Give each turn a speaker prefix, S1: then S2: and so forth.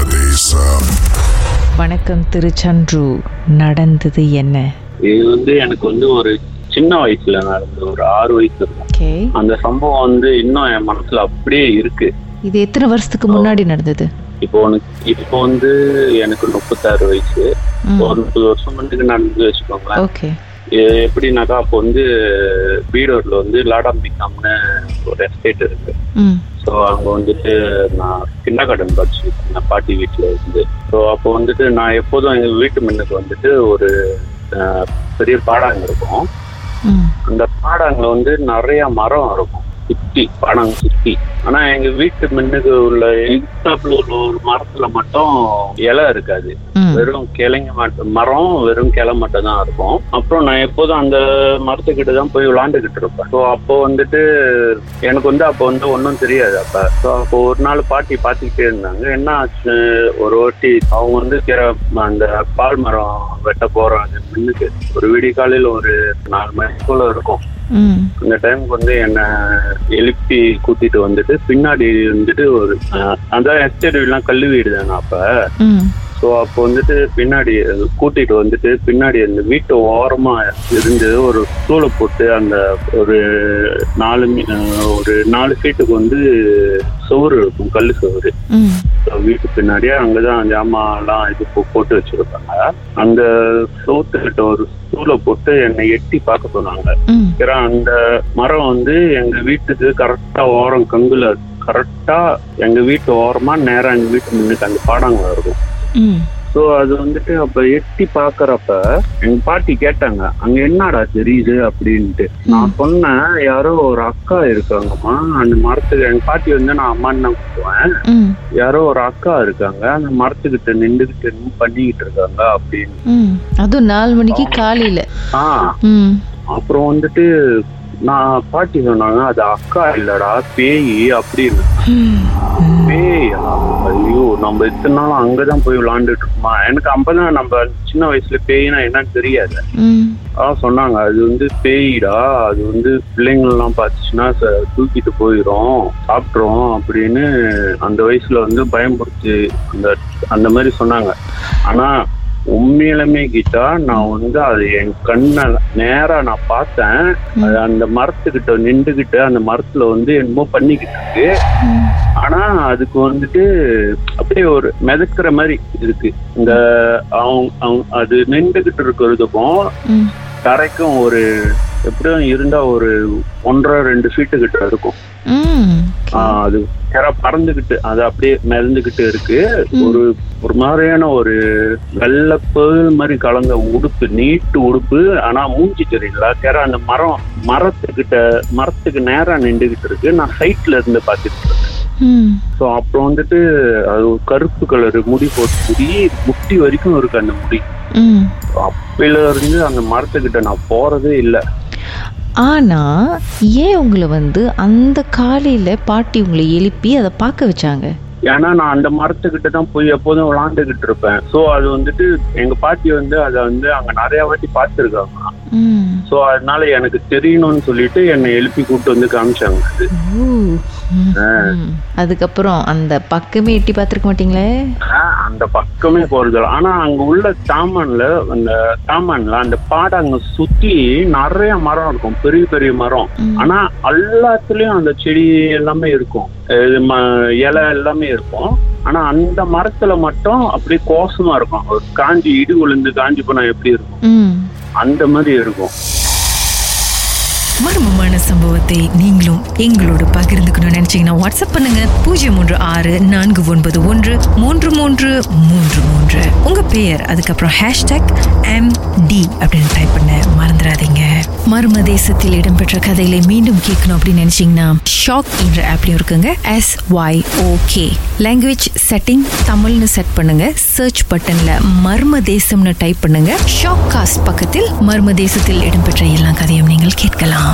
S1: WhatsApp.
S2: வணக்கம் திருச்சன்று நடந்தது என்ன
S3: இது வந்து எனக்கு வந்து ஒரு சின்ன வயசுல நடந்த ஒரு ஆறு வயசு இருக்கும்
S2: ஓகே
S3: அந்த சம்பவம் வந்து இன்னும் என் மனசுல அப்படியே இருக்கு
S2: இது எத்தனை வருஷத்துக்கு முன்னாடி நடந்தது
S3: இப்போ உனக்கு இப்போ வந்து எனக்கு முப்பத்தாறு வயசு
S2: ம்.
S3: ஒரு முப்பது வருஷம் முன்னுக்கு நடந்து வச்சுக்கோங்களேன்
S2: ஓகே
S3: எ- எப்படின்னாக்கா அப்போ வந்து பீடூர்ல வந்து லாடாம்பிகாம்னு ஒரு எஸ்டேட் இருக்கு
S2: ம்
S3: ஸோ அங்கே வந்துட்டு நான் கிண்டகார்டன் படிச்சுட்டு நான் பாட்டி வீட்டில் இருந்து ஸோ அப்போ வந்துட்டு நான் எப்போதும் எங்கள் வீட்டு முன்னுக்கு வந்துட்டு ஒரு அஹ், பெரிய பாடாங்க இருக்கும்
S2: ம்
S3: அந்த பாடங்கள்ல வந்து நிறைய மரம் இருக்கும் சுத்தி பாடங்க சுத்தி ஆனா எங்க வீட்டு மின்னுக்கு உள்ள எக்ஸாம்பிள் உள்ள ஒரு மரத்துல மட்டும் இலை இருக்காது
S2: ம்
S3: வெறும் கிளைங்க மட்டும் மரம் வெறும் கிளை மட்டும் தான் இருக்கும் அப்புறம் நான் எப்போதும் அந்த மரத்துக்கிட்ட தான் போய் விளாண்டுக்கிட்டு இருப்பேன் ஸோ அப்போ வந்துட்டு எனக்கு வந்து அப்போ வந்து ஒன்றும் தெரியாது அப்ப ஸோ அப்போ ஒரு நாள் பாட்டி பார்த்துக்கிட்டே இருந்தாங்க என்ன ஆச்சு ஒரு ஓட்டி அவங்க வந்து கிற- அந்த பால் மரம் வெட்ட போறாங்க மின்னுக்கு ஒரு விடிகாலையில் ஒரு நாலு மணி போல இருக்கும்
S2: ம்
S3: அந்த டைமுக்கு வந்து என்னை எழுப்பி கூட்டிட்டு வந்துட்டு பின்னாடி வந்துட்டு ஒரு அஹ், அதான் எஸ்டேட் வீடுலாம் கல் வீடு தானே அப்போ
S2: ம்
S3: ஸோ அப்போ வந்துட்டு பின்னாடி அது கூட்டிட்டு வந்துட்டு பின்னாடி அந்த வீட்டு ஓரமா இருந்து ஒரு ஸ்டூலை போட்டு அந்த ஒரு நாலு மீ- அஹ் ஒரு நாலு ஃபீட்டுக்கு வந்து சுவர் இருக்கும் கல் சுவர்
S2: ம்
S3: வீட்டு பின்னாடி அங்கதான் ஜாமான்லாம் இது போ- போட்டு வச்சிருப்பாங்க அந்த சோத்துக்கிட்ட ஒரு ஸ்டூலை போட்டு என்னை எட்டி பார்க்க சொன்னாங்க
S2: ம்
S3: ஏன்னா அந்த மரம் வந்து எங்க வீட்டுக்கு கரெக்டா ஓரம் கங்குல கரெக்டா எங்க வீட்டு ஓரமா நேரா எங்க வீட்டு முன்னுக்கு அந்த பாடாங்க இருக்கும்
S2: ம்
S3: ஸோ அது வந்துட்டு அப்ப எட்டி பாக்குறப்ப எங்க பாட்டி கேட்டாங்க அங்க என்னடா தெரியுது அப்படின்ட்டு நான் சொன்னேன் யாரோ ஒரு அக்கா இருக்காங்கம்மா அந்த மரத்துக்கு எங்க பாட்டி வந்து நான் அம்மான்னு தான் கூப்பிடுவேன்
S2: ம்
S3: யாரோ ஒரு அக்கா இருக்காங்க அந்த மரத்துக்கிட்ட நின்றுகிட்டு நின்னு பண்ணிக்கிட்டு இருக்காங்க அப்படின்னு
S2: ம் அதுவும் நாலு மணிக்கு காலையில்
S3: ஆ
S2: ம்
S3: அப்புறம் வந்துட்டு நான் பாட்டி சொன்னாங்க அது அக்கா இல்லடா பேய் அப்படின்னு பேயா ஐயோ நம்ம இத்தனை நாள் அங்கதான் போய் விளாண்டுட்டு இருக்கோமா எனக்கு அப்பதான் நம்ம சின்ன வயசுல பேய்னா என்னன்னு தெரியாது
S2: ம்
S3: அதான் சொன்னாங்க அது வந்து பேயிடா அது வந்து பிள்ளைங்கள்லாம் பார்த்துச்சுன்னா ச- தூக்கிட்டு போயிடும் சாப்பிட்றோம் அப்படின்னு அந்த வயசுல வந்து பயம்படுத்தி அந்த அந்த மாதிரி சொன்னாங்க ஆனா உண்மையிலுமே கீதா நான் வந்து அது என் கண்ணை நேரா நான் பார்த்தேன் அது அந்த மரத்துக்கிட்ட நின்றுகிட்டு அந்த மரத்துல வந்து என்னமோ பண்ணிக்கிட்டு இருக்கு
S2: ம்
S3: ஆனா அதுக்கு வந்துட்டு அப்படியே ஒரு மிதக்கிற மாதிரி இருக்கு இந்த அவங்க அவங்க அது நின்றுகிட்டு இருக்கிறதுக்கும்
S2: ம்
S3: தரைக்கும் ஒரு எப்படியும் இருந்தா ஒரு ஒன்றரை ரெண்டு ஃபீட்டு கிட்ட இருக்கும்
S2: ம்
S3: ஆ, அது கரை பறந்துகிட்டு அது அப்படியே மிதந்துகிட்டு இருக்கு ஒரு ஒரு மாதிரியான ஒரு வெள்ளை பேல் மாதிரி கலந்த உடுப்பு நீட்டு உடுப்பு ஆனா மூஞ்சி தெரியல கரை அந்த மரம் மரத்துக்கிட்ட மரத்துக்கு நேரா நின்றுகிட்டு இருக்கு நான் சைட்ல இருந்து பார்த்துட்டு இருக்கேன்
S2: ம்
S3: ஸோ அப்புறம் வந்துட்டு அது ஒரு கருப்பு கலர் முடி போட்டு முடி முட்டி வரைக்கும் இருக்கு அந்த முடி
S2: ம்
S3: அப்பையில இருந்து அந்த மரத்துக்கிட்ட நான் போறதே இல்லை
S2: ஆனா ஏன் உங்களை வந்து அந்த காலையில பாட்டி உங்களை எழுப்பி அதை பார்க்க வச்சாங்க
S3: ஏன்னா நான் அந்த மரத்துக்கிட்ட தான் போய் எப்போதும் விளாண்டுகிட்டு இருப்பேன் ஸோ அது வந்துட்டு எங்க பாட்டி வந்து அதை வந்து அங்க நிறைய வாட்டி பார்த்துருக்காங்க
S2: ம்
S3: ஸோ அதனால எனக்கு தெரியணும்னு சொல்லிட்டு என்னை எழுப்பி கூப்பிட்டு வந்து காமிச்சாங்க அது.
S2: ஓ. ம். ம். Mm-hmm. அதுக்கப்புறம் அந்த பக்கமே எட்டி பார்த்துருக்க மாட்டீங்களே
S3: ஆஹ், அந்த பக்கமே போறது இல்ல. ஆனா அங்க உள்ள சாமான்ல அந்த சாமான்ல அந்த பாடாங்க சுத்தி நிறைய மரம் இருக்கும் பெரிய பெரிய மரம்
S2: ம்.
S3: ஆனா எல்லாத்துலயும் அந்த செடி எல்லாமே இருக்கும் இது ம- இலை எல்லாமே இருக்கும் ஆனா அந்த மரத்துல மட்டும் அப்படியே கோசமா இருக்கும் ஒரு காஞ்சி இடி விழுந்து காஞ்சி போனா எப்படி இருக்கும்
S2: ம்
S3: அந்த மாதிரி இருக்கும்
S4: மர்மமான சம்பவத்தை நீங்களும் எங்களோடு பகிர்ந்துக்கணும்னு நினைச்சீங்கன்னா வாட்ஸ்அப் பண்ணுங்க பூஜ்ஜியம் மூன்று ஆறு நான்கு ஒன்பது ஒன்று மூன்று மூன்று மூன்று மூன்று உங்க பெயர் அதுக்கப்புறம் ஹேஷ்டாக் எம் டி அப்படின்னு டைப் பண்ண மறந்துடாதீங்க மர்ம தேசத்தில் இடம்பெற்ற கதைகளை மீண்டும் கேட்கணும் அப்படின்னு நினைச்சீங்கன்னா ஷாக் என்ற ஆப்லயும் இருக்குங்க S Y okay language setting தமிழ்னு செட் பண்ணுங்க சர்ச் பட்டன்ல மர்ம தேசம்னு டைப் பண்ணுங்க ஷாக் காஸ்ட் பக்கத்தில் மர்ம தேசத்தில் இடம்பெற்ற எல்லா கதையும் நீங்கள் கேட்கலாம்